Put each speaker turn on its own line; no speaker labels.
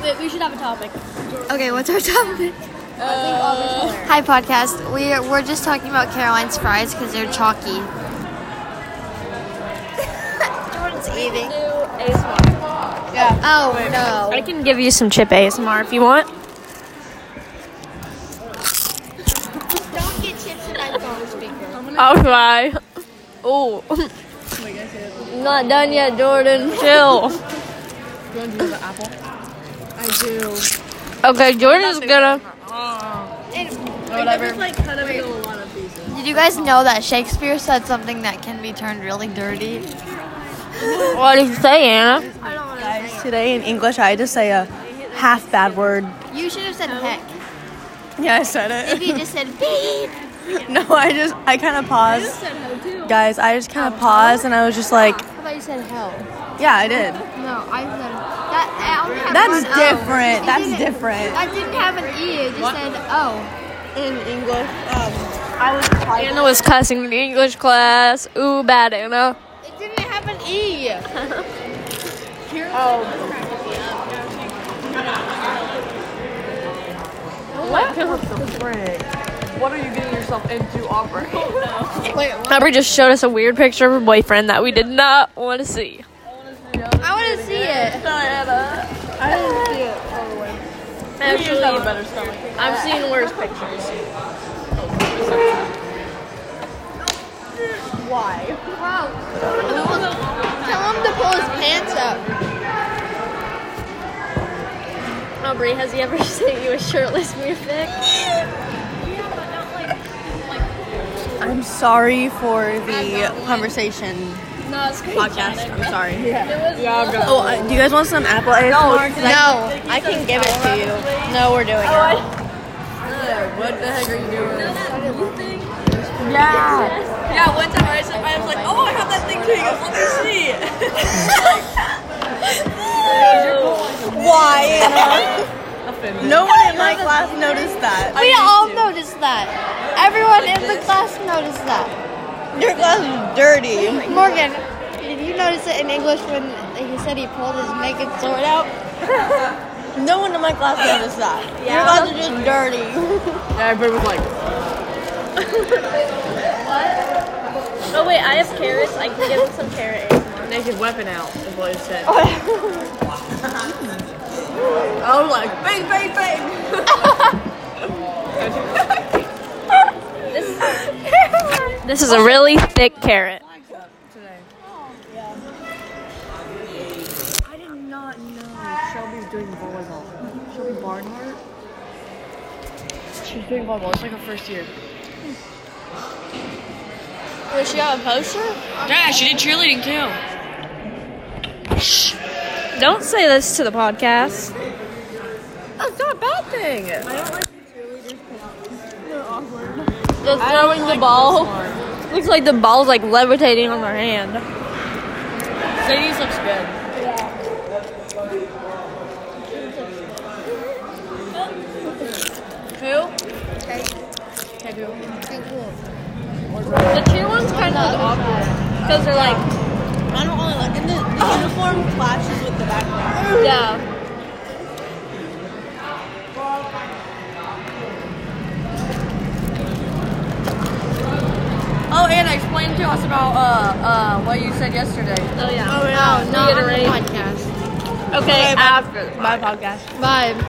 wait, we should have a topic.
Okay, what's our topic?
Uh,
Hi, podcast. We are, we're just talking about Caroline's fries because they're chalky. Jordan's eating.
yeah.
Oh no!
I can give you some chip ASMR if you want.
Don't get chips in my phone speaker.
I'll try. Oh,
Not done yet, Jordan.
chill.
I do.
Okay, Jordan's gonna.
Whatever. like cut a lot of pieces.
Did you guys know that Shakespeare said something that can be turned really dirty?
What did you say, Anna?
Today in English, I had to say a half bad word.
You should have said heck.
Yeah, I said
If
it.
you just said beep.
no, I just, I kind of paused.
Said no too.
Guys, I just kind of paused and I was just like,
How about you said hell?
yeah, I did.
No, I said that. I only had
That's
one O.
different.
It
That's
didn't-
different.
That didn't have an e. It just said oh.
In English, um, I was tired.
Anna was cussing in English class. Ooh, bad Anna.
It didn't have an e. Oh.
What are you getting yourself into, Aubrey?
Aubrey just showed us a weird picture of her boyfriend that we did not want to see.
I want to see it.
Actually,
better stomach.
I've seen worse pictures.
Wow. Tell him to pull his pants up.
Aubrey, has he ever sent you a shirtless me pic?
I'm sorry for the conversation
No, it's crazy.
podcast. I'm sorry. Oh, uh, do you guys want some apple ASMR? No,
No.
I can give it to you. No, we're doing it.
What the heck are you doing? Yeah. Yeah, one time I, said, I was like, oh, I have that thing too. He goes, let me see.
Why? no one in my class noticed that.
We all noticed that. Everyone in the class noticed that.
Your class is dirty.
Morgan, did you notice it in English when he said he pulled his naked sword out?
No one in my class noticed that. Your class is just dirty.
Yeah, everybody was like,
Oh, wait, I have carrots. I can give him some carrots.
naked weapon out, is what it said. I was like, bang, bang, bang.
This is a really thick carrot.
I did not know Shelby's doing volleyball. Shelby Barnhart? She's doing volleyball. It's like her first year.
Was she on a poster?
Yeah, she did cheerleading too.
Don't say this to the podcast.
Oh,
That's not a bad thing.
The throwing the ball. Looks like the ball's like levitating on their hand.
Sadie's looks good.
The cheer one's kind of awkward because they're like,
I don't really like. And the, the uniform clashes with the background.
yeah.
Oh, Anna, explain to us about uh, uh, what you said yesterday.
Oh yeah.
No, not on the
Reiterate.
podcast.
Okay. uh,
After my podcast.
Bye.